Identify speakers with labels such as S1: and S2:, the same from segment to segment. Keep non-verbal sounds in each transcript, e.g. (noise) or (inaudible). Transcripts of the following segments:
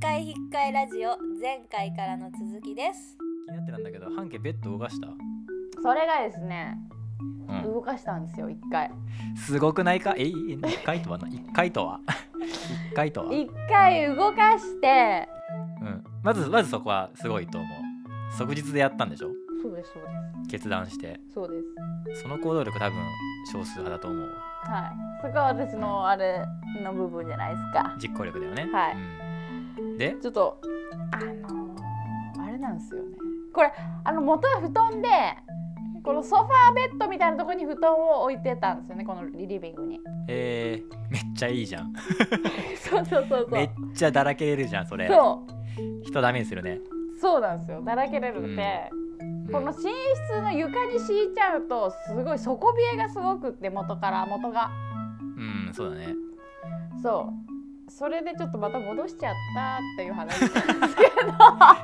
S1: 外ラジオ前回からの続きです
S2: 気になってたんだけど半径ベッド動かした、
S3: それがですね
S2: うん、
S3: 動かしたんですよ一回
S2: すごくないかえいえ一回とはな一回とは一回とは、うん、
S3: 一回動かして
S2: まずまずそこはすごいと思う即日でやったんでしょ
S3: そうですそうで
S2: 決断して
S3: すそうです
S2: その行動力多分少数派だと思うわ
S3: はいそこは私のあれの部分じゃないですか
S2: 実行力だよね
S3: はい
S2: うん、で
S3: ちょっとあのあれなんですよねこれあの元は布団でこのソファーベッドみたいなところに布団を置いてたんですよねこのリビングに
S2: えー、めっちゃいいじゃん
S3: (laughs) そうそうそうそ
S2: めっ
S3: う
S2: ちゃだらけれるじゃんそれ
S3: そう
S2: 人ダメにするね、
S3: そうなんですよだらけれるので、
S2: うん
S3: この寝室の床に敷いちゃうとすごい底冷えがすごくって元から元が
S2: うんそうだね
S3: そうそれでちょっとまた戻しちゃったっていう
S2: (laughs)
S3: 話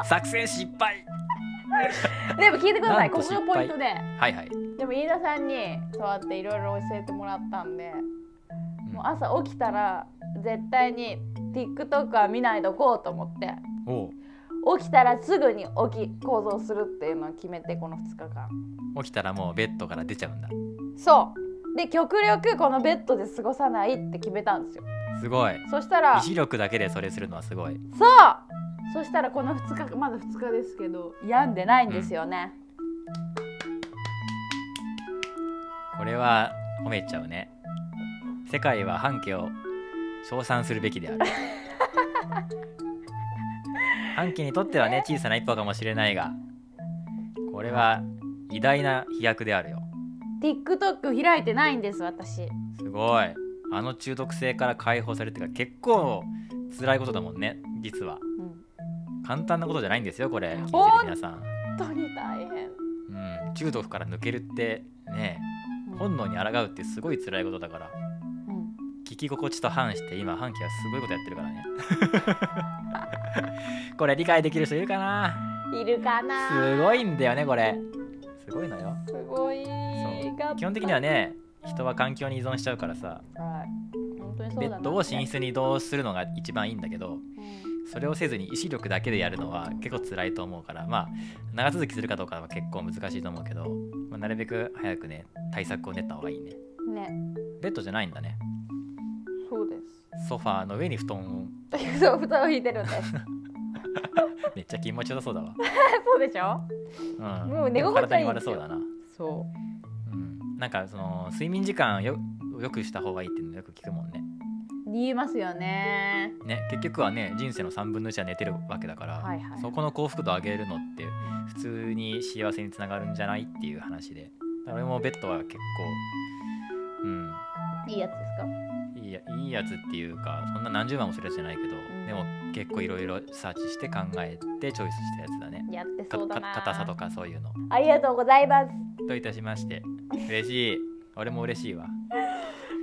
S2: 作戦失敗
S3: でも聞いてください
S2: なん
S3: こと
S2: 失
S3: こ
S2: 敗
S3: のポイントで
S2: はいはい、
S3: でも飯田さんにそうやっていろいろ教えてもらったんで
S2: うん
S3: もう朝起きたら絶対に TikTok は見ないでおこうと思って
S2: お
S3: 起きたらすぐに起き行動するっていうのを決めてこの2日間
S2: う起きたらもうベッドから出ちゃうんだ
S3: そうで極力このベッドで過ごさないって決めたんですよ
S2: すごい
S3: そしたら
S2: 意
S3: そう
S2: 志力だけでそれするのはすごい
S3: そしたらこの2日まだ2日ですけど病んでないんですよね、
S2: これは褒めちゃうね世界は半径を称賛するべきである半径にとってはね小さな一歩かもしれないがこれは偉大な飛躍であるよ
S3: TikTok 開いてないんです私
S2: すごいあの中毒性から解放されるっていうか結構辛いことだもんね実は
S3: うん
S2: 簡単なことじゃないんですよこれ聞いてる皆さん、
S3: 本当に大変
S2: うん、中毒から抜けるってね本能に抗うってすごい辛いことだから
S3: うん
S2: 聞き心地と反して今半旗はすごいことやってるからね (laughs) これ理解できる人いるかない
S3: るかな
S2: すごいんだよねこれすごいのよ
S3: すごい
S2: そう基本的にはね人は環境に依存しちゃうからさ
S3: はい本当にそう
S2: ベ
S3: だな
S2: ッドを寝室に移動するのが一番いいんだけど
S3: うん
S2: それをせずに意志力だけでやるのは結構辛いと思うからまあ長続きするかどうかは結構難しいと思うけど、まあなるべく早くね対策を練った方がいいね
S3: ね
S2: ベッドじゃないんだね
S3: そうで
S2: ソファーの上に布団を
S3: す (laughs) そう蓋を引いてるんです
S2: めっちゃ気持ちよさそうだわ
S3: そうでしょ
S2: うん、
S3: もう寝心地
S2: 体
S3: はい
S2: に
S3: いん
S2: 悪
S3: です
S2: そ
S3: よ
S2: うだな、
S3: そ
S2: うん、なんかその睡眠時間をよよくした方がいいっていうのよく聞くもんね
S3: う言いますよね
S2: ね結局はね人生の3分の1は寝てるわけだから、
S3: はいはい
S2: そこの幸福度を上げるのって普通に幸せにつながるんじゃないっていう話でだから俺もベッドは結構うん
S3: いいやつですか
S2: いいやいいやつっていうかそんな何十万もするやつじゃないけど、
S3: ん
S2: でも結構いろいろサーチして考えてチョイスしたやつだね
S3: やって
S2: か
S3: そうだ
S2: か
S3: な
S2: 硬さとかそういうの
S3: ありがとうございます
S2: といたしまして嬉しい俺も嬉しいわ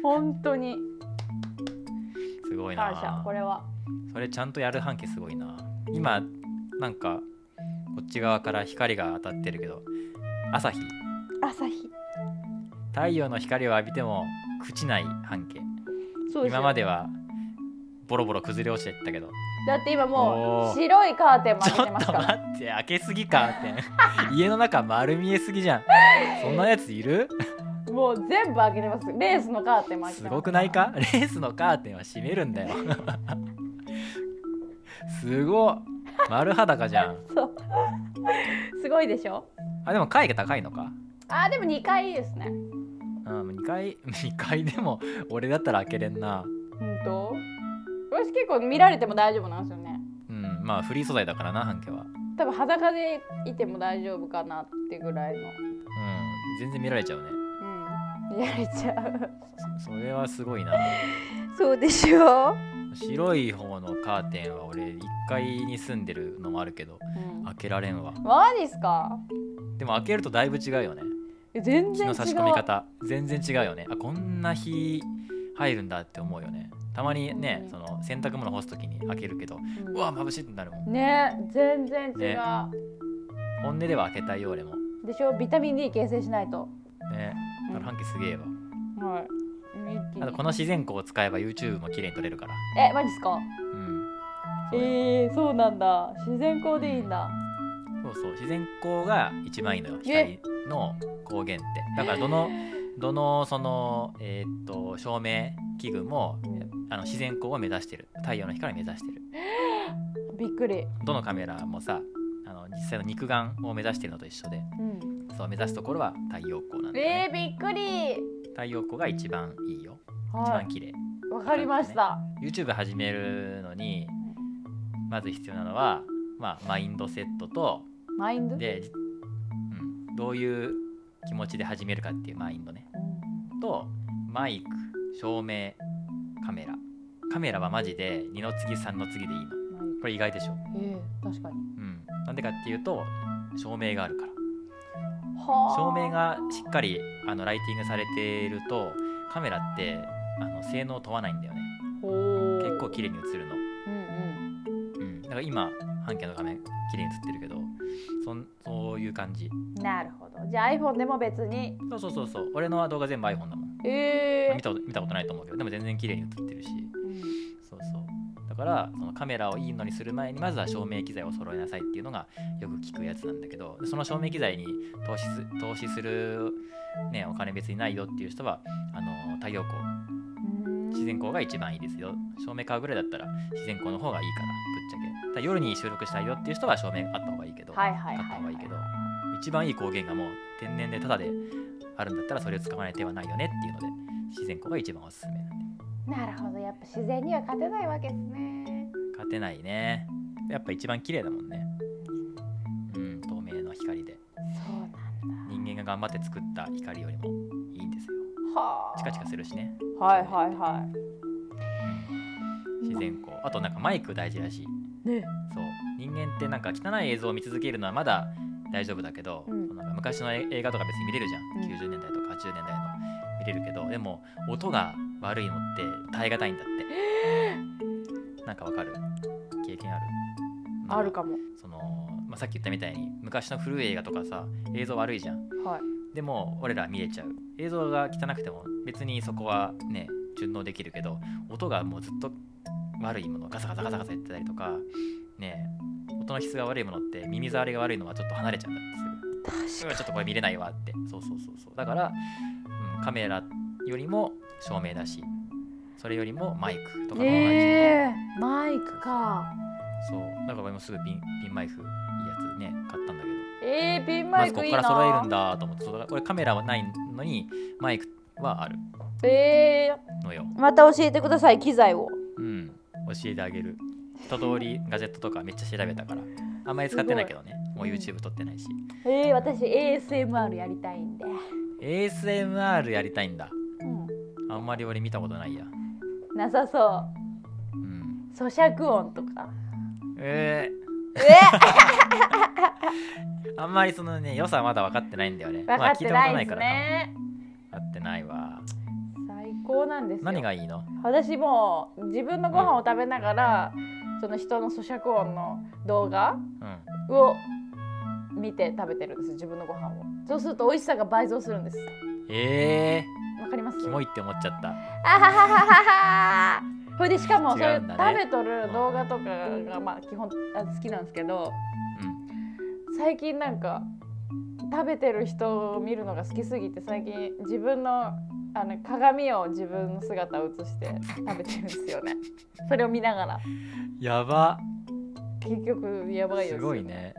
S3: 本当に
S2: すごいな
S3: 感謝これは
S2: それちゃんとやる半径すごいな今なんかこっち側から光が当たってるけど朝日
S3: 朝日
S2: 太陽の光を浴びても朽ちない半径
S3: そうですよ
S2: 今まではボロボロ崩れ落ちていっ
S3: (laughs)
S2: たけど
S3: だって今も
S2: おー
S3: う白いカーテンも
S2: ちょ
S3: 開
S2: っ
S3: けて
S2: と
S3: ます
S2: 待
S3: から
S2: って開けすぎカ
S3: (laughs)
S2: ーテン家の中丸見えすぎじゃんそんなやつ
S3: (laughs)
S2: いる
S3: もう全部開けてますレースのカーテンも開けて
S2: す
S3: ます
S2: ごくないかレースのカーテンは閉める
S3: (laughs)
S2: んだよすごっ丸裸じゃん
S3: そうすごいでしょ
S2: あでも階が高いのか
S3: あーでも2回ですね
S2: うん、2階 (laughs) 二階でも俺だったら開けれんな
S3: 本当私結構見られても大丈夫なんですよね
S2: うんまあフリー素材だからな半径はうん
S3: 多分裸でいても大丈夫かなってぐらいの
S2: 全然見られちゃうね
S3: うんやれちゃう
S2: そそれはすごいな
S3: そうでしょ、
S2: 白い方のカーテンは俺1階に住んでるのもあるけど
S3: うん、
S2: 開けられんわ
S3: マジっすか
S2: でも開けるとだいぶ違うよね
S3: え全
S2: 日
S3: 然違
S2: の
S3: う
S2: 差し込み方全然違うよねあこんな日入るんだって思うよねたまにね
S3: うん
S2: その洗濯物干す時に開けるけど
S3: うん
S2: うわ眩しいってなるもん
S3: ね全然違う、
S2: ね本音では開けたいよ俺も
S3: でしょビタミン D 形成しないと
S2: ね
S3: うん
S2: この半径すげえわ
S3: はい一気に
S2: あとこの自然光を使えば YouTube も綺麗に撮れるから。
S3: えマジっすか
S2: うん。そうよ
S3: えー、そうなんだ自然光でいいんだ
S2: そうそう自然光が一番いいのよ
S3: え
S2: 光の光源ってだからどのどのそのえーっと照明器具もあの自然光を目指してる太陽の光を目指してる
S3: びっくり
S2: どのカメラもさあの実際の肉眼を目指してるのと一緒で
S3: うん
S2: そう目指すところは太陽光なんだよ
S3: え
S2: ね、
S3: ー、びっくり
S2: 太陽光が一番いいよ一
S3: は
S2: 番綺麗
S3: いわかりました、
S2: YouTube 始めるのにまず必要なのは、まあ、マインドセットと
S3: マインド
S2: で、うん、どういう気持ちで始めるかっていうマインドね
S3: うん
S2: とマイク照明カメラカメラはマジで2の次3の次でい
S3: マ
S2: いの
S3: イン
S2: これ意外でしょ、
S3: ドえー、確かに
S2: うん、なんでかっていうと照明があるから
S3: はあ
S2: 照明がしっかりあのライティングされているとカメラってあの性能を問わないんだよね
S3: ほー
S2: 結構綺麗に映るの
S3: うんうん
S2: うん、だから今半径の画面綺麗に映ってるけどそんそういう感じ
S3: なるほどじゃあ iPhone でも別に
S2: そうそうそうそう俺の動画全部 iPhone だもん、
S3: え
S2: ま
S3: ー
S2: あ見たこと見たことないと思うけどでも全然綺麗に映ってるし
S3: うん
S2: そうそうだからそのカメラをいいのにする前にまずは照明機材を揃えなさいっていうのがよく聞くやつなんだけどその照明機材に投資す投資する、ね、お金別にないよっていう人はあの太陽光
S3: うん
S2: 自然光が一番いいですよ照明買うぐらいだったら自然光の方がいいからぶっちゃけただ夜に収録したいよっていう人は照明あった方がいいけど、
S3: はいはい
S2: 買った
S3: は
S2: 方
S3: い
S2: がいいけど一番いい光源がもう天然でタダであるんだったらそれを使わない手はないよねっていうので自然光が一番おすすめ
S3: なるほどやっぱ自然には勝てないわけですね
S2: 勝てないねやっぱ一番綺麗だもんねうん透明の光で
S3: そうなんだ
S2: 人間が頑張って作った光よりもいいんですよ
S3: はあ
S2: チカチカするしね
S3: はいはいは
S2: 自然光あとなんかマイク大事らし
S3: い
S2: い
S3: ね
S2: そう人間ってなんか汚い映像を見続けるのはまだ大丈夫だけど、
S3: うん
S2: そのなんか昔の映画とか別に見れるじゃん、
S3: うん
S2: 90年代とか80年代の見れるけどでも音が悪いのって耐え難いん
S3: (laughs)
S2: だってなんかわかる経験ある
S3: あるかも
S2: その、まあ、さっき言ったみたいに昔の古い映画とかさ映像悪いじゃん
S3: はい
S2: でも俺ら見えちゃう映像が汚くても別にそこはね順応できるけど音がもうずっと悪いものガサガサガサガサ言ってたりとかね音の質が悪いものって耳障りが悪いのはちょっと離れちゃうんだってすぐうわちょっとこれ見れないわってそうそうそうそうだから、うん、カメラよりも照明だしそれよりもマイクとかの方がいい、
S3: えー、マイクか
S2: そうだから俺もすぐピンピンマイクいいやつね買ったんだけど
S3: えー、ピンマ
S2: ま
S3: イ
S2: ずこ
S3: クい
S2: こ
S3: い
S2: か
S3: な
S2: ら揃えるんだと思ってそうだから俺カメラはないのにマイクはある
S3: え
S2: のよ
S3: ー、また教えてください機材を
S2: うん教えてあげる一通りガジェットとかめっちゃ調べたからあんまり使ってないけどねもう YouTube 撮ってないし
S3: えー、私 ASMR やりたいんで
S2: ASMR やりたいんだ
S3: う
S2: あんまり俺見たことないや
S3: んなさそ
S2: うん
S3: う咀嚼音とか
S2: え
S3: え
S2: ー、あんまりそのね良さはまだ分かってないんだ
S3: (laughs)
S2: よね
S3: 分かってないです
S2: まあ、聞い
S3: ね、
S2: たことないから分かってないわ
S3: 最高なんですよ
S2: 何がいいの
S3: 私もう自分のご飯を食べながら、その人の咀嚼音の動画
S2: うん
S3: を見て食べてるんです自分のご飯をそうすると美味しさが倍増するんです
S2: え
S3: わかります
S2: ー、キモいって思っちゃった
S3: あははははそれでしかもそうい
S2: (laughs) 違う
S3: うん
S2: だ
S3: 食
S2: ね
S3: べとる動画とかがまあ基本あ好きなんですけど
S2: うん
S3: 最近なんか食べてる人を見るのが好きすぎて最近自分のあの鏡を自分の姿を映して食べてるんですよねそれを見ながら
S2: やば
S3: 結局やばいよ
S2: すごいね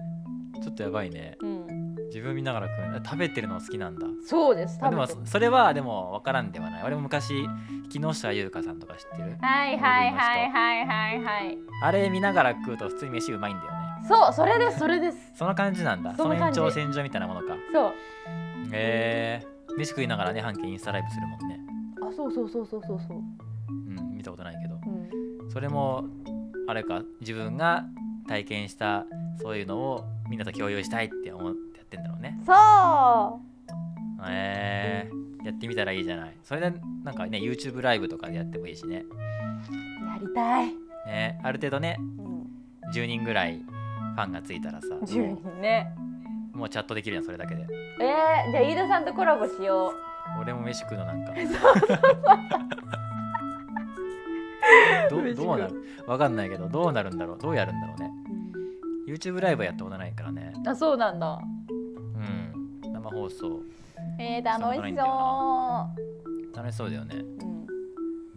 S2: ちょっとやばいね
S3: うん、
S2: 自分見ながら食うんだ食べてるの好きなんだ
S3: そうです食
S2: あ
S3: べ
S2: でも
S3: てる
S2: それはでも分からんではない俺も昔木下優香さんとか知ってる
S3: はいはいはいはいはいはい
S2: あれ見ながら食うと普通に飯うまいんだよね
S3: そうそれですそれです
S2: その感じなんだ
S3: そ
S2: そ
S3: の
S2: の
S3: 感
S2: 延
S3: じ
S2: 長線上みたいなものか
S3: そう
S2: へえ飯食いながらね半径インスタライブするもんね
S3: あそうそうそうそうそうそう、
S2: うん見たことないけど
S3: うん、
S2: それもあれか自分が体験したそういうのをみんなと共有したいって思ってやってんだろうね
S3: そう
S2: へえやってみたらいいじゃないそれでなんかね YouTube ライブとかでやってもいいしね
S3: やりたい、
S2: ねある程度ね
S3: うん、
S2: 10人ぐらいファンがついたらさ
S3: 10人ね
S2: もうチャットできるやんそれだけで
S3: えー、じゃあ飯田さんとコラボしよ
S2: 俺も飯食うのなんか
S3: う
S2: ど
S3: しく
S2: どうなるわかんないけどどうなるんだろうどうやるんだろうね YouTube ライブはやったことないからね
S3: あそうなんだ
S2: うん生放送
S3: えー、楽
S2: そんなない
S3: し
S2: んだよ
S3: そ
S2: 楽しそうだよね
S3: う、うん、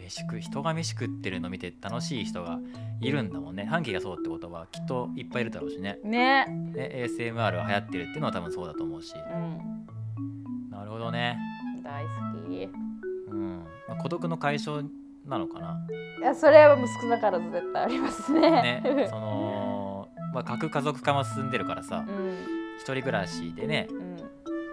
S2: 飯食う人が飯食ってるの見て楽しい人がいるんだもんね半期がそうってことはきっといっぱいいるだろうしね
S3: ね、
S2: ね ASMR が流行ってるっていうのは多分そうだと思うし
S3: うん、
S2: なるほどね
S3: 大好き
S2: うん、まあ孤独の解消なのかない
S3: やそれはもう少なからず絶対ありますね (laughs)
S2: ねそのまあ核家族化も進んでるからさ
S3: うん
S2: 一人暮らしでね
S3: うん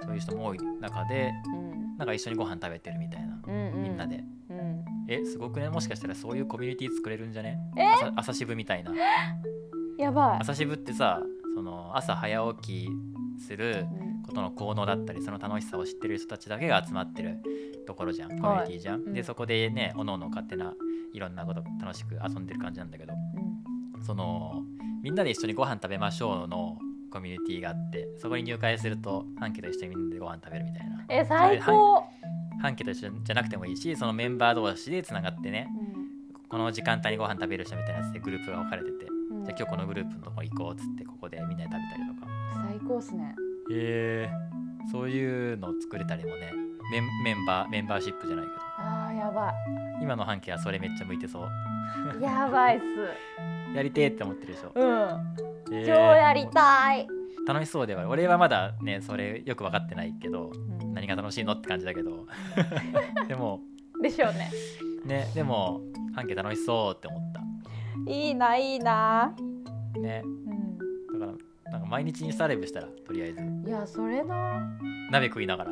S2: そういう人も多い中で
S3: うん
S2: なんか一緒にご飯食べてるみたいな
S3: うんうん
S2: みんなで
S3: うん
S2: えすごくねもしかしたらそういうコミュニティ作れるんじゃね
S3: え
S2: 朝朝渋みたいな
S3: やばい
S2: 朝渋ってさその朝早起きする
S3: うん
S2: ことの効能だったりその楽しさを知ってる人たちだけが集まってるところじゃんコミュニティじゃん、
S3: うん
S2: でそこでねおのおの勝手ないろんなこと楽しく遊んでる感じなんだけどそのみんなで一緒にご飯食べましょうのコミュニティがあってそこに入会すると半家と一緒にみんなでご飯食べるみたいな
S3: え最高、
S2: 半家と一緒じゃなくてもいいしそのメンバー同士でつながってね
S3: うん
S2: この時間帯にご飯食べる人みたいなやつでグループが分かれててじ
S3: うん
S2: ゃあ今日このグループのとこ行こうっつってここでみんなで食べたりとか
S3: 最高っすね
S2: へえそういうの作れたりもねメンメンバーメンバーシップじゃないけど
S3: あーやば
S2: 今の半径はそれめっちゃ向いてそう
S3: い (laughs) やばいっす
S2: やりてえって思ってるでしょ、
S3: うん
S2: えー
S3: 超やりたい、
S2: 楽しそうではある俺はまだねそれよく分かってないけど
S3: うん
S2: 何が楽しいのって感じだ
S3: (laughs)
S2: けどでも
S3: でしょうね
S2: ねでも半径楽しそうって思っ
S3: いいないいな、
S2: たね
S3: う
S2: だからなんか毎日インスタライブしたらとりあえず
S3: ん、いやそれ (laughs) な
S2: 鍋食いながら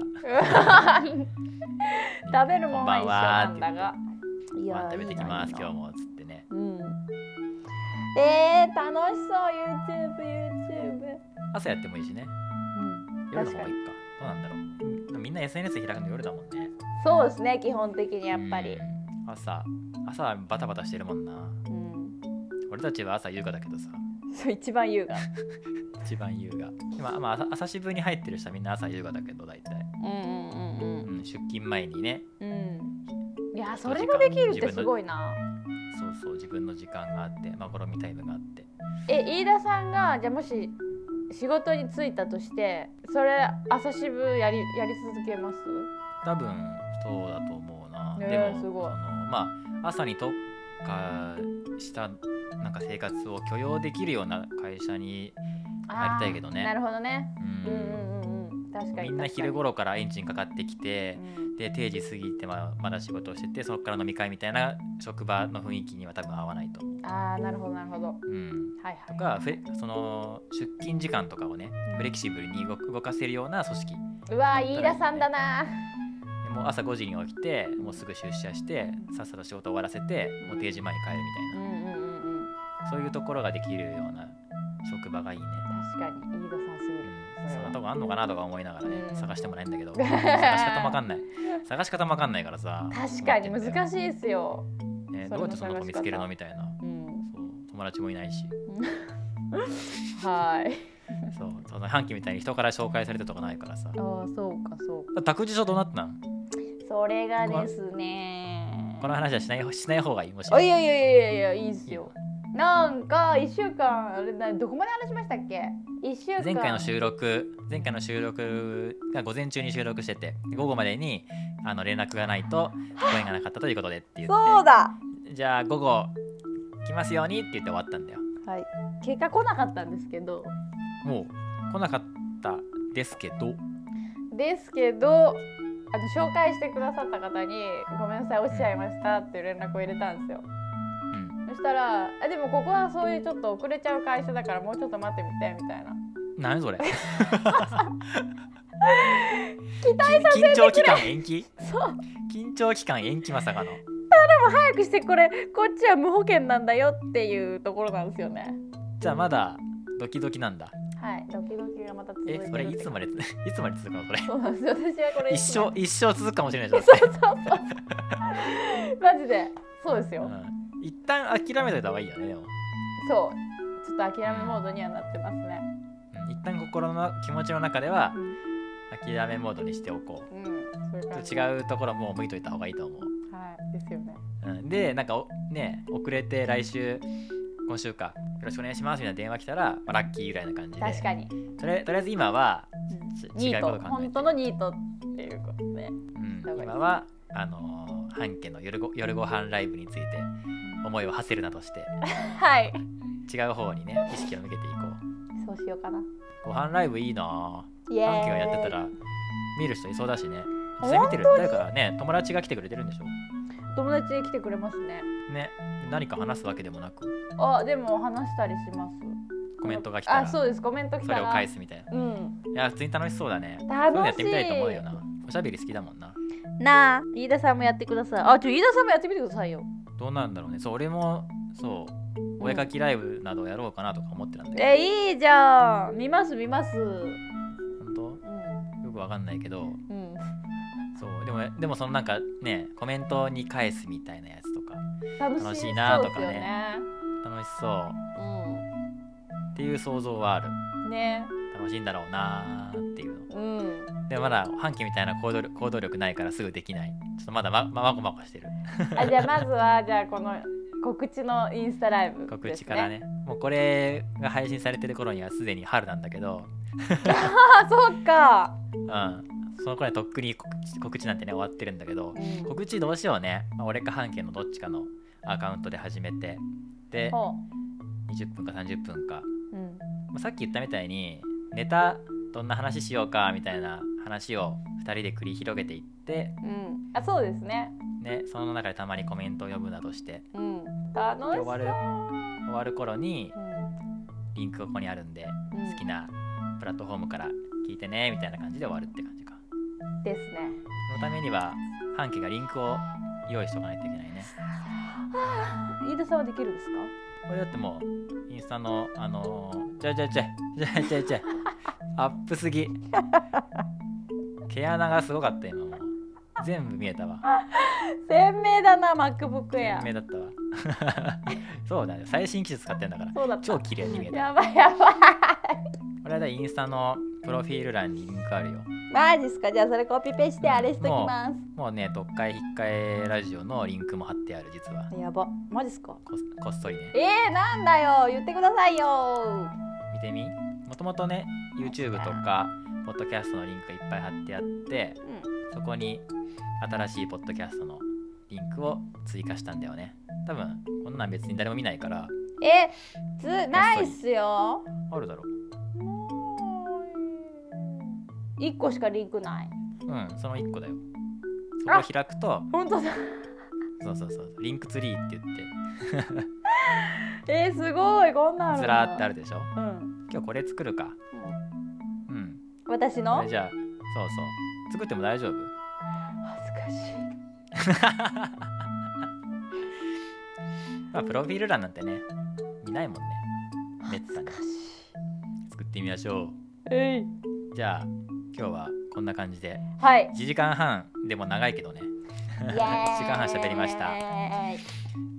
S3: 食べるもんは一緒なんだが
S2: 「ご
S3: い
S2: 飯
S3: や
S2: 食べてきま
S3: い
S2: す
S3: いな
S2: 今日も」っつってね
S3: うんえー、楽しそう YouTube YouTube、
S2: 朝やってもいいしね
S3: うん、
S2: 夜の方がいいかどうなんだろうでもみんな SNS 開くの夜だもんね
S3: そうですね基本的にやっぱり
S2: う、ん朝朝はバタバタしてるもんな
S3: うん、
S2: 俺たちは朝優雅だけどさ
S3: そう (laughs) 一番優雅
S2: 一番優雅今、まあ、朝朝渋に入ってる人はみんな朝優雅だけど大体、
S3: うんうんうん
S2: うん、出勤前にね
S3: うんうんいやそれができるってすごいな
S2: そうそう自分の時間があってまごろみタイムがあって
S3: え飯田さんがじゃあもし仕事に就いたとしてそれ朝渋やりやり続けます
S2: 多分そうだと思うな、
S3: ねえ
S2: でも
S3: すごい
S2: そのまあ朝に特化したなんか生活を許容できるような会社に、
S3: あー
S2: やりたいけどね
S3: なるほどね
S2: うん
S3: うんうんうんうん確かに
S2: みんな昼頃からエンジンかかってきて、
S3: 確かに
S2: で定時過ぎてままだ仕事をしててそこから飲み会みたいな職場の雰囲気には多分合わないと思う。
S3: うんああなるほどなるほどはい
S2: うん、
S3: はい
S2: とかフレその出勤時間とかをねフレキシブルに動動かせるような組織
S3: うわー飯田さんだな
S2: もう朝5時に起きてもうすぐ出社してさっさと仕事終わらせてもう定時前に帰るみ
S3: うん
S2: たい
S3: うんうんうん
S2: なそういうところができるような職場がいいね。
S3: 確かに飯田さんすぎ
S2: う
S3: る
S2: ん、そんなとこあんのかなとか思いながらね
S3: うん
S2: 探してもないん
S3: (laughs)
S2: だけど探し方もわかんない探し方もわかんないからさ
S3: 確かに
S2: 困
S3: 難
S2: ってんだよ
S3: しいですよ
S2: ね
S3: それの
S2: どうやってそんな子見つけるのみたいな
S3: うん
S2: そう友達もいないし
S3: はい
S2: そうその半期みたいに人から紹介されたとかないから
S3: (laughs)
S2: さ
S3: ああそうかそうか
S2: 託児所どうなったん
S3: それがですね
S2: この話はしないしない方がいいもし
S3: あいやいやいやいやいいっすよなんか1週間あれなどこまで話しましたっけ1週間
S2: 前回の収録前回の収録が午前中に収録してて午後までにあの連絡がないと声がなかったということでって言って
S3: そうだ
S2: じゃあ午後来ますようにって言って終わったんだよ
S3: はい結果来なかったんですけど
S2: もう来なかったですけど
S3: ですけどあの紹介してくださった方に「ごめんなさい落ちちゃいました」っていう連絡を入れたんですよ
S2: うん
S3: そしたら「あでもここはそういうちょっと遅れちゃう会社だからもうちょっと待ってみて」みたいな
S2: 何それ期待させ緊張期間延期
S3: そう
S2: 緊張期間延期まさかの
S3: 早くしてこれこっちは無保険なんだよっていうところなんですよね
S2: じゃあまだドキドキなんだ
S3: はいドキドキがまた続いて
S2: え
S3: る
S2: それいつま
S3: で
S2: でいつまで続くのそれ
S3: そうなんですよ私はこれ
S2: 一
S3: いつまで
S2: 生一生続くかもしれないじゃん
S3: そうそうそう。マジで。そうですよ。
S2: うん一旦諦めといた方がいいよねでも、
S3: そう。ちょっと諦めモードにはなってますね。
S2: うん一旦心の気持ちの中では
S3: うん。
S2: 諦めモードにしておこう
S3: そういう
S2: ちょ
S3: 感
S2: っ
S3: じ。
S2: と違うところはもう向いといた方がいいと思う、
S3: はい。ですよね。
S2: うん、うん、でなんかおね遅れて来週今週かよろしくお願いしますみたいな電話来たら、まあラッキーぐらいな感じで
S3: 確かに、
S2: とりあえとりあえず今は、ち
S3: ニ
S2: 違
S3: ート
S2: うこと考えて
S3: 本当のニートっていうことで
S2: うん
S3: だから
S2: 今はあのー半家の夜ご夜ご飯ライブについて思いを馳せるなどして
S3: はい
S2: 違う方にね意識を向けていこう
S3: そうしようかな
S2: ご飯ライブいいな
S3: イ
S2: ぁ
S3: エ
S2: 半家が
S3: ーイ
S2: やってたら見る人いそうだしね実際見てるだからね友達が来てくれてるんでしょ
S3: 友達来てくれますね
S2: ね何か話すわけでもなく
S3: あでも話したりします
S2: コメントが来たら
S3: あそうですコメント来
S2: そ
S3: たら
S2: れを返すみたいな
S3: うん
S2: いや普通に楽しそうだねそういうのや
S3: 楽
S2: っ
S3: して
S2: みたいと思うよ
S3: い
S2: なおしゃべり好きだもんな
S1: なあ
S3: 飯田さんもやってくださいあちょ飯田さんもやってみてくださいよ
S2: どうなんだろうねそう俺もそうお絵かきライブなどやろうかなとか思ってたんだけど、
S3: えいいじゃん見ます見ますうん
S2: 本当よくわかんないけど
S3: うん
S2: そうでもでもそのなんかねコメントに返すみたいなやつとか
S3: 楽
S2: 楽
S3: し
S2: しい
S3: い
S2: な
S3: な
S2: あ
S3: と
S2: とか
S3: か
S2: ね
S3: ね
S2: 楽しそうっていう想像はある
S3: うんね
S2: 楽しいんだろうなーっていうの
S3: うん
S2: でもまだ半旗みたいな行動力行動力ないからすぐできないちょっとまだまままごまごしてる
S3: あじゃあまずはじゃあこの告知のインスタライブです、ね、
S2: 告知からねもうこれが配信されてる頃にはすでに春なんだけど
S3: あそうか、
S2: うんその頃にはとっくに告知告知なんてね終わってるんだけど告知どうしようね、まあ俺か半径のどっちかのアカウントで始めてで
S3: ほ
S2: 20分か30分か、
S3: ううん
S2: まあさっき言ったみたいにネタどんな話しようかみたいな話を2人で繰り広げていって、
S3: うん、あそうですね
S2: ね、その中でたまにコメントを読むなどして
S3: うん楽し
S2: で終
S3: そう
S2: わる終わる頃に
S3: うん
S2: リンクがここにあるんで
S3: うん
S2: 好きなプラットフォームから聞いてねみたいな感じで終わるって感じか
S3: ですね
S2: そのためには半径がリンクを用意しておかないといけないね
S3: 飯田さんはできるんですか
S2: これだってもうインスタのあのー、ちゃいちゃいちゃいちゃいちゃいちゃいアップすぎ毛穴がすごかった今もう全部見えたわ
S3: 鮮明だな MacBook
S2: 鮮
S3: Air
S2: 明だったわ (laughs) そうだよ最新技術使ってんだから
S3: そうだった
S2: 超綺麗に見えた
S3: やばいやばい
S2: これはだインスタのプロフィール欄にリンクあるよ
S3: マジっすかじゃあそれコピペしてあれしときま
S2: もうね読解引っかえラジオのリンクも貼ってある実は
S3: すやばマジっすか
S2: ここっそりね
S3: えー、なんだよ言ってくださいよ
S2: 見てみもともとね YouTube とかポッドキャストのリンクいっぱい貼ってあって
S3: う
S2: そこに新しいポッドキャストのリンクを追加したんだよね。多分こんなん別に誰も見ないから
S3: んえつないっすよ
S2: あるだろう。
S3: 一個しかリンクない
S2: うん、その1個だよ。そこを開くと、
S3: 本当だ
S2: そうそうそう、リンクツリーって言って、
S3: えー、すごいこんなの
S2: ずらーってあるでしょ。
S3: うん
S2: 今日これ作るか。うん。
S3: 私の
S2: これ
S3: 恥
S2: じゃあ、そうそう。作っても大丈夫
S3: ずかしい
S2: (laughs) まあ、プロフィール欄なんてね、見ないもんね。めったに
S3: 恥ずかし
S2: 作ってみましょ。
S3: いえいう
S2: じゃあ、今日はこんな感じで、
S3: はい
S2: 1時間半でも長いけどね。
S3: 1
S2: (laughs) 1時間半喋りました。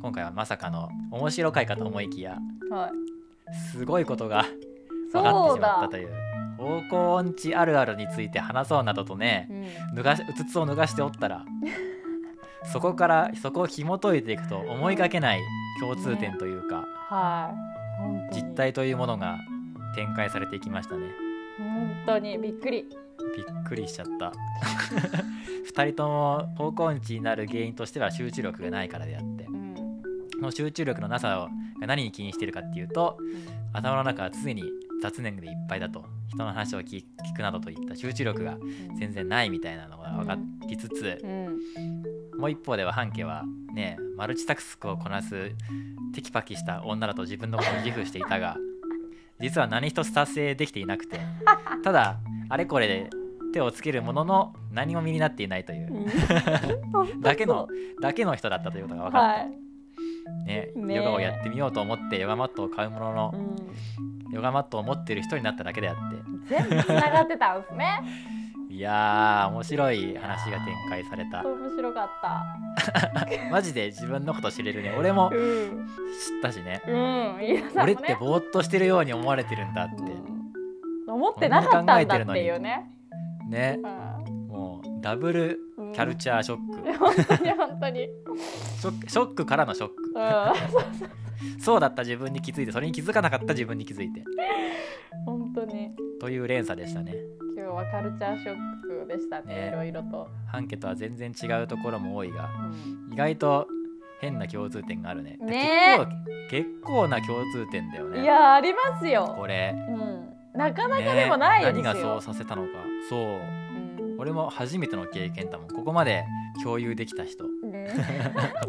S2: 今回はまさかの面白回かと思いきや
S3: はい
S2: すごいことが分かって
S3: そう
S2: しまった
S3: だ
S2: という方向音痴あるあるについて話そうなどとね
S3: うん
S2: 脱がしうつつを脱がしておったらそこからそこを紐解いていくと思いがけない共通点というか、
S3: はい本当に
S2: 実態というものが展開されていきましたね
S3: 本当にびっくり
S2: びっくりしちゃった (laughs) 2人とも方向音痴になる原因としては集中力がないからであって
S3: うん
S2: その集中力のなさをが何に気にしてるかっていうと頭の中は常に雑念でいっぱいだと人の話を聞聞くなどといった集中力が全然ないみたいなのが分かりつつ
S3: う、ん
S2: もう一方では半家はねマルチタクスクをこなすテキパキした女だと自分のことを自負していたが実は何一つ達成できていなくてただあれこれで手をつけるものの何も身になっていないという (laughs) だけのだけの人だったということが分かっ
S3: はい
S2: て、ね
S3: ね
S2: ヨガをやってみようと思ってヨガマットを買うものの、
S3: うん
S2: ヨガマットを持っている人になっただけであって
S3: 全部つながってたんです
S2: (laughs)
S3: ね
S2: いやー面白い話が展開された
S3: 面白かった
S2: マジで自分のこと知れるね俺も知
S3: うん
S2: ったしね
S3: うん飯田さん
S2: 俺っ
S3: も
S2: て
S3: ね
S2: ぼーっとしてるように思われてるんだって
S3: うん思ってなかったんだっていうね
S2: ね
S3: う
S2: もうダブル
S3: んうん
S2: キャルチャーショック
S3: 本当に (laughs) 本当に、うん、
S2: ショックショックからのショックそうだった自分に気づいてそれに気づかなかった自分に気づいて
S3: 本当に
S2: という連鎖でしたね
S3: 今日はカルチャーショックでしたね
S2: ね
S3: いろいろと、
S2: 半家とは全然違うところも多いが
S3: うん
S2: 意外と変な共通点があるね
S3: ね
S2: 結構結構な共通点だよね
S3: いやありますよ、
S2: これ
S3: うん、なかなかでもないですよ、
S2: ね何がそうさせたのかそう
S3: うん
S2: 俺も初めての経験だもんここまで共有できた人
S3: うん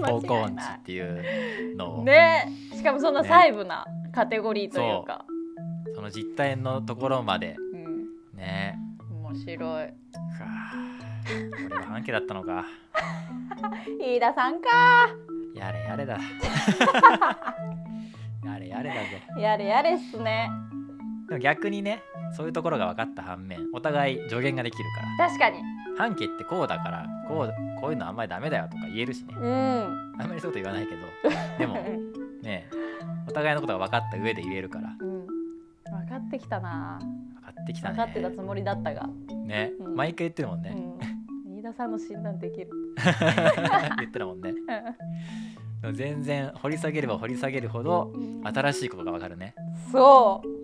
S2: (laughs) 高校
S3: 間違い
S2: 音痴
S3: ない
S2: っていうのを、
S3: ねしかもそんな
S2: ね
S3: 細部なカテゴリーというか
S2: その実態のところまで
S3: うん、
S2: ね
S3: 面白い
S2: かこれは半家だったのか
S3: 飯田さんか
S2: やれやれだ (laughs) やれやれだぞ
S3: やれやれっすね
S2: でも逆にねそういうところが分かった反面お互い助言ができるから
S3: 確かに
S2: 半径ってこうだからこうこういうのあんまりダメだよとか言えるしね
S3: うん
S2: あんまりそういうこと言わないけどでもねお互いのことが分かった上で言えるから
S3: うん分かってきたな
S2: 分かってきた
S3: 分
S2: ね
S3: かってたつもりだったが、
S2: ね、
S3: うん
S2: 毎回言ってるもん
S3: う
S2: ね、
S3: ん、飯田さんの診断できる
S2: (laughs) 言ってるもんねでも全然掘り下げれば掘り下げるほど
S3: うん
S2: 新しいことが分かるね
S3: そう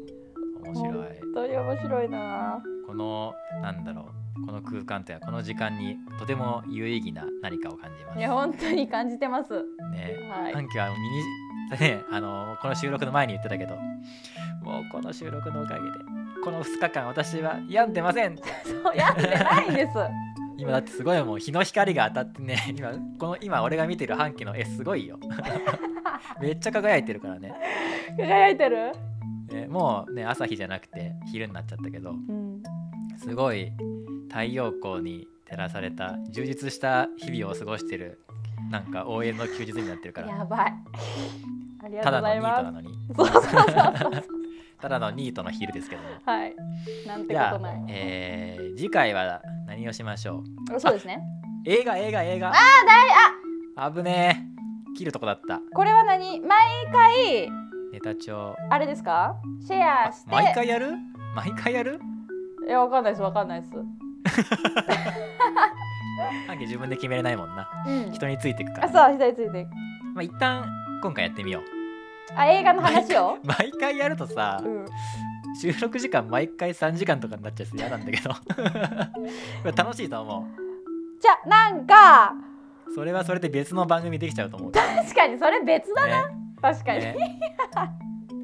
S2: 面白い
S3: 本当に面白いな
S2: このなんだろうこの空間というかこの時間にとても有意義な何かを感じます
S3: いや本当に感じてます (laughs)
S2: ね
S3: はい
S2: 半期はミニ (laughs) ねあのこの収録の前に言ってたけどもうこの収録のおかげでこの2日間私は病んでませんって
S3: そうやってないんです
S2: 今だってすごいもう日の光が当たってね (laughs) 今この今俺が見てる半期の絵すご
S3: (laughs)
S2: いよめっちゃ輝いてるからね
S3: 輝いてる
S2: ねもうね朝日じゃなくて昼になっちゃったけど
S3: うん
S2: すごい太陽光に照らされた充実した日々を過ごしてるなんか OL の休日になってるから
S3: やばいありが
S2: た
S3: とう
S2: だ
S3: ご
S2: の
S3: ざ
S2: ニ
S3: い
S2: ー
S3: ま
S2: トな
S3: すそ
S2: のに
S3: うそうそう
S2: ただのニートの昼ですけども
S3: はいなんて
S2: じ
S3: こ
S2: ゃ
S3: と
S2: あ
S3: ない、
S2: えー次回は何をしましょう
S3: あそうですね
S2: 映画映画映画ああ危ねえ切るとこだった
S3: これは何毎回
S2: ネタ帳
S3: あれですかシェア
S2: あ
S3: して
S2: 毎回やる毎回やる
S3: いやわかんないですわかんないです
S2: 半径自分で決めれないもんな
S3: うん
S2: 人についていくから、
S3: あそう左ついて
S2: まあ、一旦今回やってみよ
S3: あ映画の話を
S2: う毎回やるとさ
S3: うん
S2: 収録時間毎回3時間とかになっちゃって嫌なんだ
S3: (laughs)
S2: けどこれ楽しいと思
S3: じゃなんか
S2: うそれはそれで別の番組できちゃうと思うけど
S3: 確かにそれ別だ
S2: ね
S3: 確かに、
S2: ね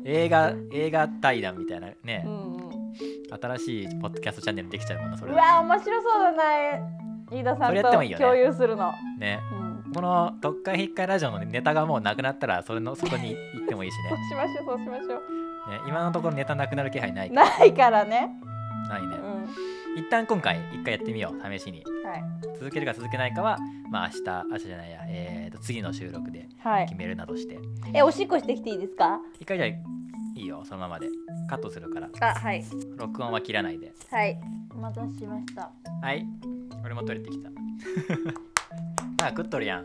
S2: 映画映画対談みたいなね
S3: う、んうん
S2: 新しいポッドキャストチャンネルできちゃうもんなそうれ
S3: わ面白そうだな飯田さ
S2: そ
S3: ん
S2: れ
S3: と
S2: やってもいいよね
S3: 共有するの
S2: ね
S3: うん
S2: この「特会引っかいラジオ」のネタがもうなくなったらそれのそこに行ってもいいしね
S3: そうしましょうそうしましょう
S2: ね今のところネタなくなる気配ないけど
S3: ないからね
S2: ないね
S3: うんは
S2: 一旦今回一回やってみよう試しに
S3: い
S2: 続けるか続けないかはまあ明日明日じゃないや、えー、と次の収録で
S3: はい
S2: 決めるなどして
S3: えおしっこしてきていいですか
S2: 一回じゃあいいよそのままでカットするから
S1: あはい
S2: 録音は切らないで
S1: はい
S3: お待たせしました
S2: はい俺も取れてきた (laughs) なんか食っとるや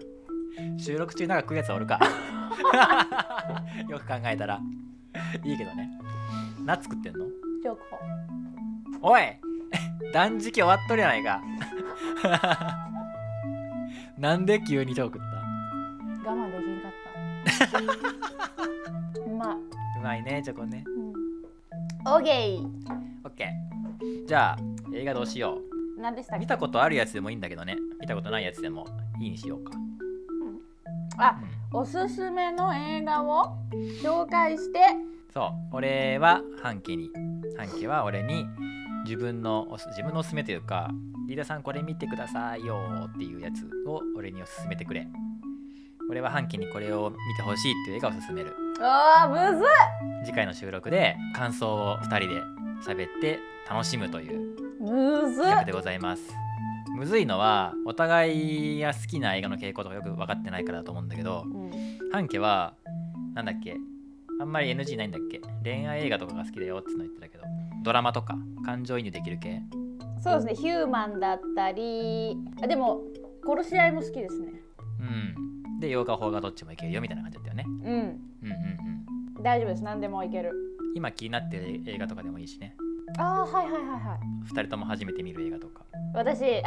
S2: ん収録中なんか食うやつおるか (laughs) よく考えたらいいけどねナッツ食ってんの
S3: チョコ
S2: おい断食終わっとるやないか (laughs) なんで急にチョコ食った
S3: 我慢できんか
S2: (laughs)
S3: ったうまい、
S2: うまいねチョコね
S3: うん、オーゲイ
S2: オッケーじゃあ映画どうしよう
S3: 何でしたっ
S2: 見
S3: け
S2: たことあるやつでもいいんだけどね見たことないやつでもいいにしようか
S3: あおすすめの映画を紹介して
S2: そう俺は半家に半家は俺に自分のおす自分のおすすめというか飯田さんこれ見てくださいよっていうやつを俺におすすめてくれ俺は半家にこれを見てほしいっていう映画を勧める
S3: あーむず
S2: 次回の収録で感想を2人で喋って楽しむという
S3: むず
S2: 企画でございますむずいのはお互いが好きな映画の傾向とかよく分かってないからだと思うんだけど半家はなんだっけあんまり NG ないんだっけ恋愛映画とかが好きだよっての言ってたけどドラマとか感情移入できる系
S3: そうですねヒューマンだったりあでも殺し合いも好きですね
S2: うんで洋画邦画どっちもいけるよみたいな感じだったよね
S3: うん
S2: うんうんうん
S3: 大丈夫です何でもいける
S2: 今気になってる映画とかでもいいしね
S3: あーはいはいはいはい
S2: 2人とも初めて見る映画とか
S3: 私え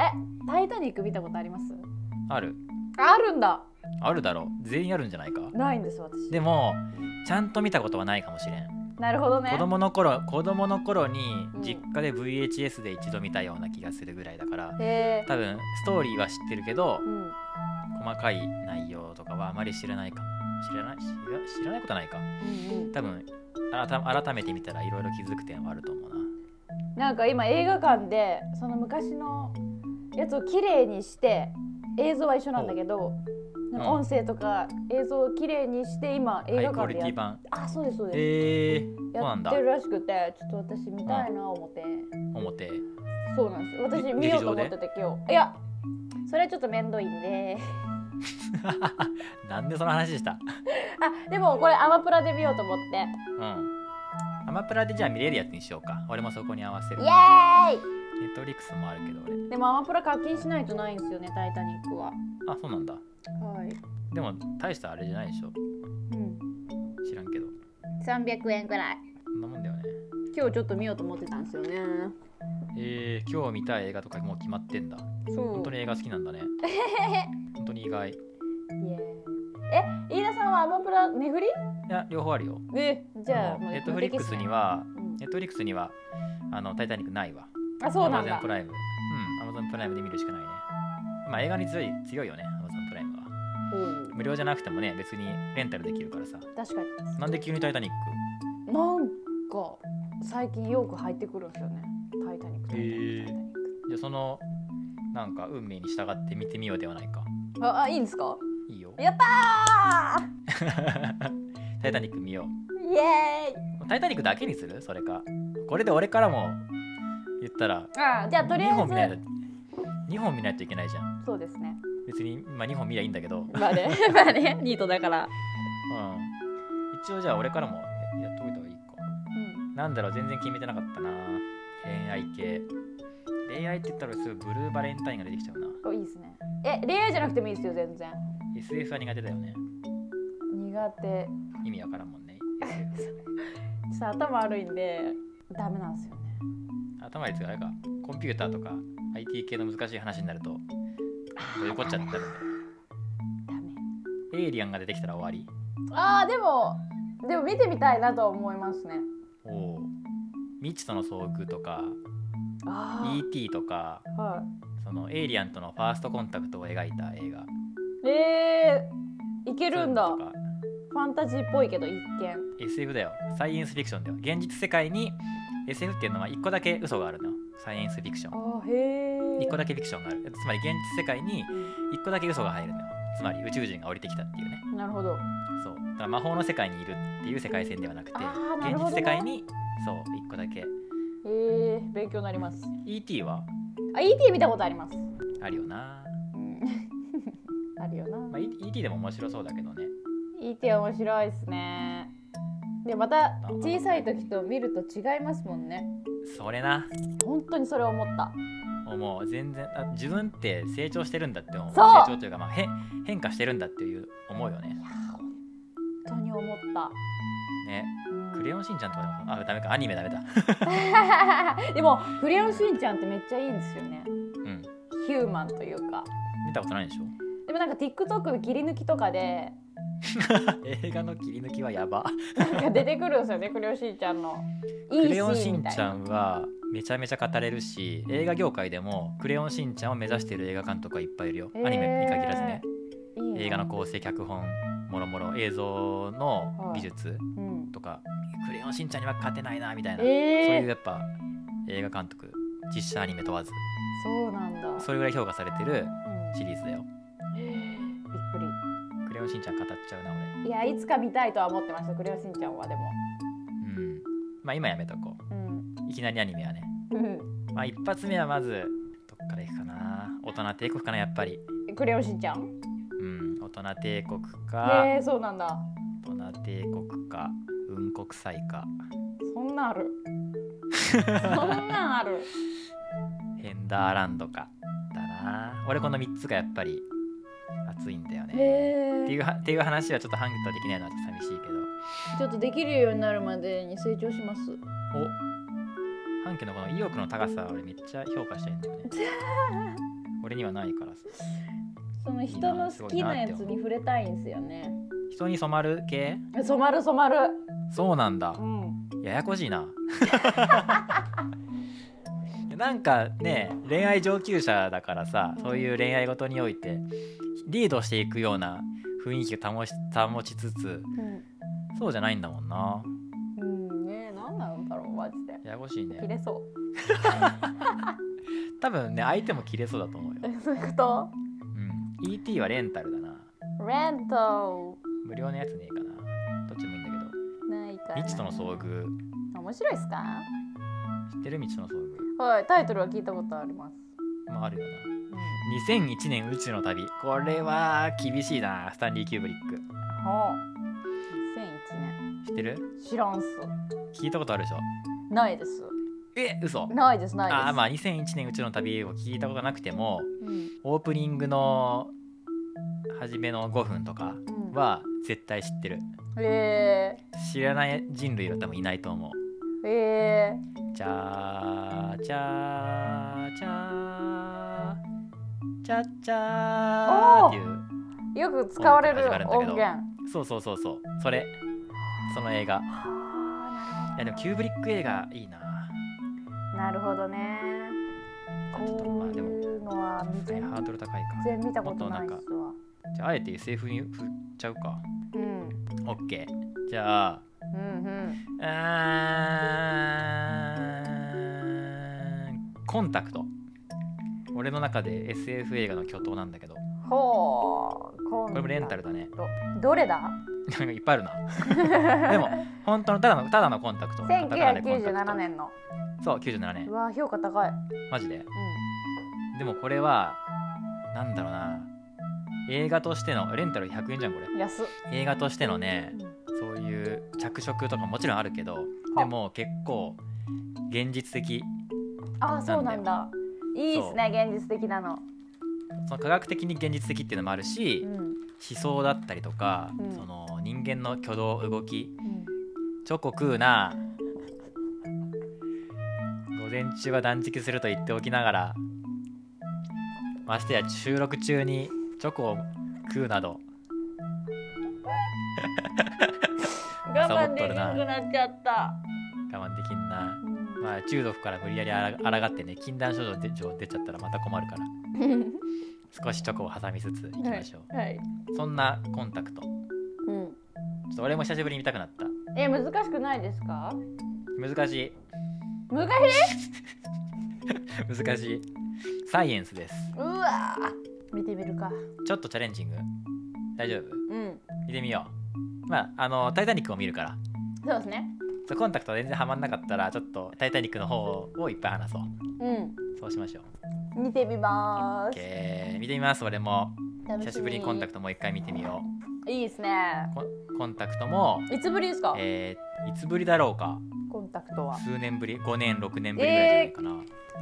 S3: タイタニック見たことあります
S2: ある
S3: あるんだ
S2: あるだろ全員あるんじゃないか
S3: ないんです私
S2: でもちゃんと見たことはないかもしれん
S3: なるほどね
S2: 子供の頃子供の頃に
S3: うん
S2: 実家で VHS で一度見たような気がするぐらいだから
S3: へえ
S2: 多分ストーリーは知ってるけど
S3: うん
S2: 細かい内容とかはあまり知らないかも知らない知ら知らないことはないか
S3: うんうん
S2: 多分改改めて見たらいろいろ気づく点はあると思うな
S3: なんか今映画館でその昔のやつを綺麗にして映像は一緒なんだけどなんか
S2: うん
S3: 音声とか映像を綺麗にして今映
S2: ハ
S3: 画
S2: イクオ
S3: 館
S2: リ
S3: で
S2: テ
S3: や
S2: ィ
S3: っ
S2: 版
S3: あそうですそうです、
S2: えー、そう
S3: や
S2: なん
S3: っ
S2: だ
S3: てるらしくてちょっと私見たいな思って、
S2: 表
S3: そうなんです
S2: 劇
S3: 私見ようと
S2: 劇場で
S3: 思ってて今日いやそれはちょっと面倒いんで
S2: (laughs) なんでその話でした
S3: あでもこれアマプラで見ようと思って
S2: うんアマプラでじゃあ見れるやつにしようか俺もそこに合わせる
S3: イ
S2: ネ
S3: エー
S2: ットフリックスもあるけど俺
S3: イでもアマプラ課金しないとないんですよね「タイタニックは」
S2: あそうなんだ
S3: はい、
S2: でも大したあれじゃないでしょ
S3: うん、
S2: 知らんけど
S3: 300円ぐらい
S2: そんなもんだよね
S3: 今日ちょっと見ようと思ってたんですよね
S2: えー、今日見たい映画とかもう決まってんだ
S3: そう
S2: 本当に映画好きな
S3: (laughs)
S2: んだね本当に意外い
S3: イエーイえ飯田さんはアマプラネフリ
S2: や両方あるよ
S3: えじゃあ
S2: ネット
S3: も
S2: フ
S3: う
S2: リックスには
S3: うん
S2: ネットフリックスにはあの「タイタニック」ないわ
S3: あそうなん
S2: Amazon
S3: だ
S2: プライムうんアマゾンプライムで見るしかないねまあ映画に強い強いよねアマゾンプライムは
S3: うん
S2: 無料じゃなくてもね別にレンタルできるからさ
S3: 確かに
S2: なんで急に「タイタニック
S3: なんか最近よく入ってくるんですよね「タイタニック」タイタニッ
S2: へー
S3: クタイタニック」」
S2: じゃあそのなんか運命に従って見てみようではないか
S3: あ、あいいんですか
S2: いいよ
S3: やったー
S2: (laughs) タイタニック見よ
S3: イエーイ
S2: うタイタニックだけにするそれかこれで俺からも言ったら
S3: あじゃあとりあ
S2: 2本見な
S3: え
S2: いと
S3: ず
S2: 2本見ないといけないじゃん
S3: そうですね
S2: 別にまあ2本見りゃいいんだけど、うん、
S3: まあね (laughs) まあねニートだから、
S2: 一応じゃあ俺からもややっといた方がいいか
S3: うん、
S2: なんだろう全然決めてなかったな恋愛系恋愛って言ったらすぐブルーバレンタインが出てきちゃうな
S3: おいいですねえ恋愛じゃなくてもいいですよ全然
S2: SF は苦手だよね
S3: 苦手
S2: 意味わからんもんね SF
S3: ちょっと頭悪いんでダメなんですよね
S2: 頭につあれかコンピューターとか IT 系の難しい話になるとどういうこっちゃってなるんだよ
S3: ダメ
S2: エイリアンが出てきたら終わり
S3: あーでもでも見てみたいなとは思いますね
S2: おお未知との遭遇とか
S3: あ
S2: ET とか
S3: あ、は
S2: そのエイリアンとのファーストコンタクトを描いた映画
S3: い、えー、いけるんだ
S2: そういうのとか
S3: ファンタジーっぽいけど一見
S2: SF だよサイエンスフィクションだよ現実世界に SF っていうのは1個だけ嘘があるのよサイエンスフィクション
S3: あーへえ
S2: 1個だけフィクションがあるつまり現実世界に1個だけ嘘が入るのよつまり宇宙人が降りてきたっていうね
S3: なるほど
S2: そうだから魔法の世界にいるっていう世界線ではなくて
S3: あーなる
S2: 現
S3: ほどね
S2: 実世界にそう1個だけ
S3: えー、勉強になります
S2: ET は
S3: あ ET 見たことあります
S2: あるよな、
S3: (laughs) あるよな、
S2: まあ、E- ET でも面白そうだけどね
S3: ET 面白いですねでまた
S2: あ
S3: 小さい時と見ると違いますもんね
S2: それな
S3: 本当にそれ思った
S2: 思う全然あ自分って成長してるんだって思う
S3: そう
S2: 成長というか、まあ、へ変化してるんだっていう思うよね
S3: 本当に思った、
S2: ね
S3: うん
S2: クレヨンしんちゃんとかでもそうあダメかアニメダメだ
S3: (laughs) でも「クレヨンしんちゃん」ってめっちゃいいんですよね
S2: うん
S3: ヒューマンというか
S2: 見たことないでしょ
S3: でもなんか TikTok の切り抜きとかで
S2: (laughs) 映画の切り抜きはやば
S3: なんか出てくるんですよねクレヨンしんちゃんのい
S2: ク
S3: いシ
S2: レヨンし
S3: ーンみ
S2: ん
S3: たい
S2: ちゃ
S3: なん
S2: はめちゃめちゃ語れるし映画業界でもクレヨンしんちゃんを目指している映画監督はいっぱいいるよ、アニメに限らずね
S3: いいな
S2: 映画の構成脚本もろもろ映像の技術
S3: うん
S2: とか「クレヨンしんちゃんには勝てないな」みたいな、そう
S3: え
S2: いう
S3: ー、
S2: やっぱ映画監督実写アニメ問わず
S3: そうなんだ、うん、
S2: それぐらい評価されてるシリーズだよ
S3: びっく
S2: 「クレヨンしんちゃん語っちゃうな俺
S3: りいやいつか見たいとは思ってましたクレヨンしんちゃんはでも」
S2: うんまあ今やめとこ
S3: うん
S2: ういきなりアニメはね
S3: うん
S2: まあ一発目はまずどっから行くかな大人帝国かなやっぱり
S3: クレヨンしんちゃん
S2: うん大人帝国か
S3: えー、そうなんだ
S2: 大人帝国か雲国祭か
S3: そんなんあるそんなんあ
S2: (laughs)
S3: る
S2: ヘンダーランドかだな俺この3つがやっぱり熱いんだよね、
S3: へ
S2: って
S3: え
S2: いうはっていう話はちょっとハングとできないのは寂しいけど
S3: ちょっとできるようになるまでに成長します
S2: おハ半家のこの意欲の高さは俺めっちゃ評価してるんだよね俺にはないからさ
S3: その人の好きなやつに触れたいんですよね
S2: 人に染まる系
S3: 染まる染まる
S2: そうなんだ
S3: うん
S2: ややこし
S3: (laughs)
S2: いななんかね恋愛上級者だからさそういう恋愛事においてリードしていくような雰囲気を保ち保ちつつそうじゃないんだもんな
S3: うんねえ何なんだろうマジで
S2: ややこしい
S3: 切
S2: ね
S3: れそう
S2: 多分ね相手も切れそうだと思うよ、
S3: そういう (laughs) こと
S2: うん、ET はレンタルだな
S3: レント
S2: 無料のやつねえかなどっちでもいいんだけど
S3: ないかな
S2: 未知との遭遇
S3: 面白いっすか
S2: 知ってる未知との遭
S3: はいタイトルは聞いたことあります、
S2: 遇まああるよな2001年宇宙の旅これは厳しいなスタンリー・キューブリック
S3: ほう2001
S2: 知ってる
S3: 年知らんっす
S2: 聞いたことあるでしょ
S3: ないです
S2: え嘘
S3: ないですないです
S2: あーまあ2001年うちの旅を聞いたことなくても
S3: うん
S2: オープニングの初めの5分とか
S3: うん
S2: は絶対知ってる
S3: え
S2: 知らない人類は多分いないと思う
S3: ー、え
S2: チャーチャーチャーチャーチャーっていう
S3: ー、よく使われる
S2: 音楽が始ま
S3: 音
S2: るんだけど
S3: 源
S2: そうそうそうそうそれその映画いやでもキューブリック映画いいな
S3: なるほどね
S2: ちょっとま
S3: こ
S2: あ
S3: う
S2: でも
S3: いうのは全
S2: ハードル高いか
S3: 然見たことないっ
S2: もっ
S3: すわ
S2: じゃああえて SF に振っちゃうか
S3: うん
S2: オッケーじゃあ
S3: うんうん
S2: うーんコンタクト俺の中で SF 映画の巨頭なんだけど
S3: ほうこ
S2: これもレンタルだね
S3: どれだ
S2: なんかいっぱいあるなでも本当のただのただのコンタクトカタカナでコンタクト
S3: 1997年の
S2: そう97年
S3: うわ評価高い、
S2: マジででもこれはなんだろうな映画としてのレンタル100円じゃんこれ
S3: うん、安っ、
S2: 映画としてのね
S3: うん
S2: そういう着色とかもちろんあるけどでも結構現実的
S3: ああそうなんだいいっすね現実的なの、
S2: その科学的に現実的っていうのもあるし、
S3: うん
S2: 思想だったりとか、
S3: うん
S2: その人間の挙動動き
S3: うん、
S2: チョコ食うな午前中は断食すると言っておきながらましてや収録中にチョコを食うなど
S3: 我慢できなくなっちゃった、
S2: 我慢できんな、
S3: うん
S2: まあ、中毒から無理やりあらがってね禁断症状で出ちゃったらまた困るから少しチョコを挟みつついきましょう、
S3: はい、
S2: そんなコンタクト
S3: う
S2: ちょ
S3: ん、
S2: っと俺も久しぶりに見たくなった
S3: え難しくないですか
S2: 難しい
S3: 難しい
S2: 難しいサイエンスです
S3: うわー見てみるか
S2: ちょっとチャレンジング大丈夫
S3: うん
S2: 見てみようまああの「タイタニック」を見るから
S3: そうですね
S2: そうコンタクト全然ハマんなかったらちょっと「タイタニック」の方をいっぱい話そう
S3: うん
S2: そうしましょう
S3: 見てみまーす
S2: OK 見てみます俺も
S3: 楽
S2: 久しぶりにコンタクトもう一回見てみよ
S3: トいいですね
S2: うコンコンタクトも
S3: いつぶりですか、
S2: えーいつぶりだろうか
S3: コンタクトは
S2: 数年ぶり5年6年ぶりぐらいじゃないかな、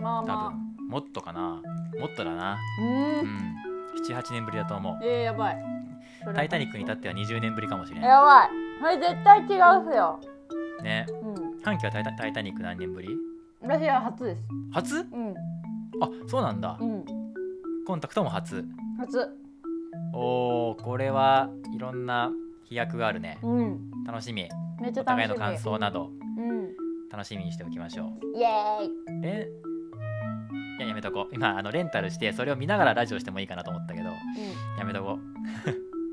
S3: まあ
S2: 多
S3: ま
S2: 分もっとかなもっとだな
S3: あう
S2: うんん78年ぶりだと思う
S3: えー、やばい
S2: 「タイタニック」に至っては20年ぶりかもしれない
S3: やばいこれ絶対違うっすよ
S2: ね
S3: うん
S2: 歓喜はタイタ「タイタニック」何年ぶり
S3: 私は初です
S2: 初
S3: うん
S2: あそうなんだ
S3: うん
S2: コンタクトも初
S3: 初
S2: おーこれはいろんな飛躍があるね
S3: うん
S2: 楽しみ
S3: めっちゃ
S2: お
S3: 楽し
S2: 互いの
S3: み
S2: 感想など
S3: うん
S2: 楽しみにしておきましょう
S3: イエーイ
S2: えいややめとこう今あのレンタルしてそれを見ながらラジオしてもいいかなと思ったけど
S3: うん
S2: やめとこう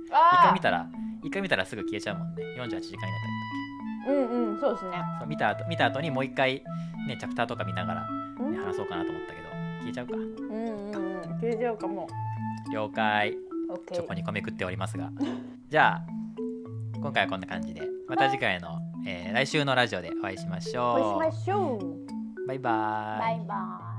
S2: 一
S3: あ
S2: 回見たら一回見たらすぐ消えちゃうもんね48時間以内
S3: うんうんそうですね
S2: そう見た後見た後にもう一回ねチャプターとか見ながら、
S3: うん
S2: ね、話そうかなと思ったけど消えちゃうか
S3: うんうんうん消えちゃうかも
S2: 了解
S3: オッケ
S2: チョコ
S3: ー
S2: に米食っておりますが (laughs) じゃあ今回はこんな感じでまた次回の、えー来週のラジオでお会いしまし
S3: お
S2: ょ
S3: 会いしましょう
S2: うバイバーイ
S3: バイバイ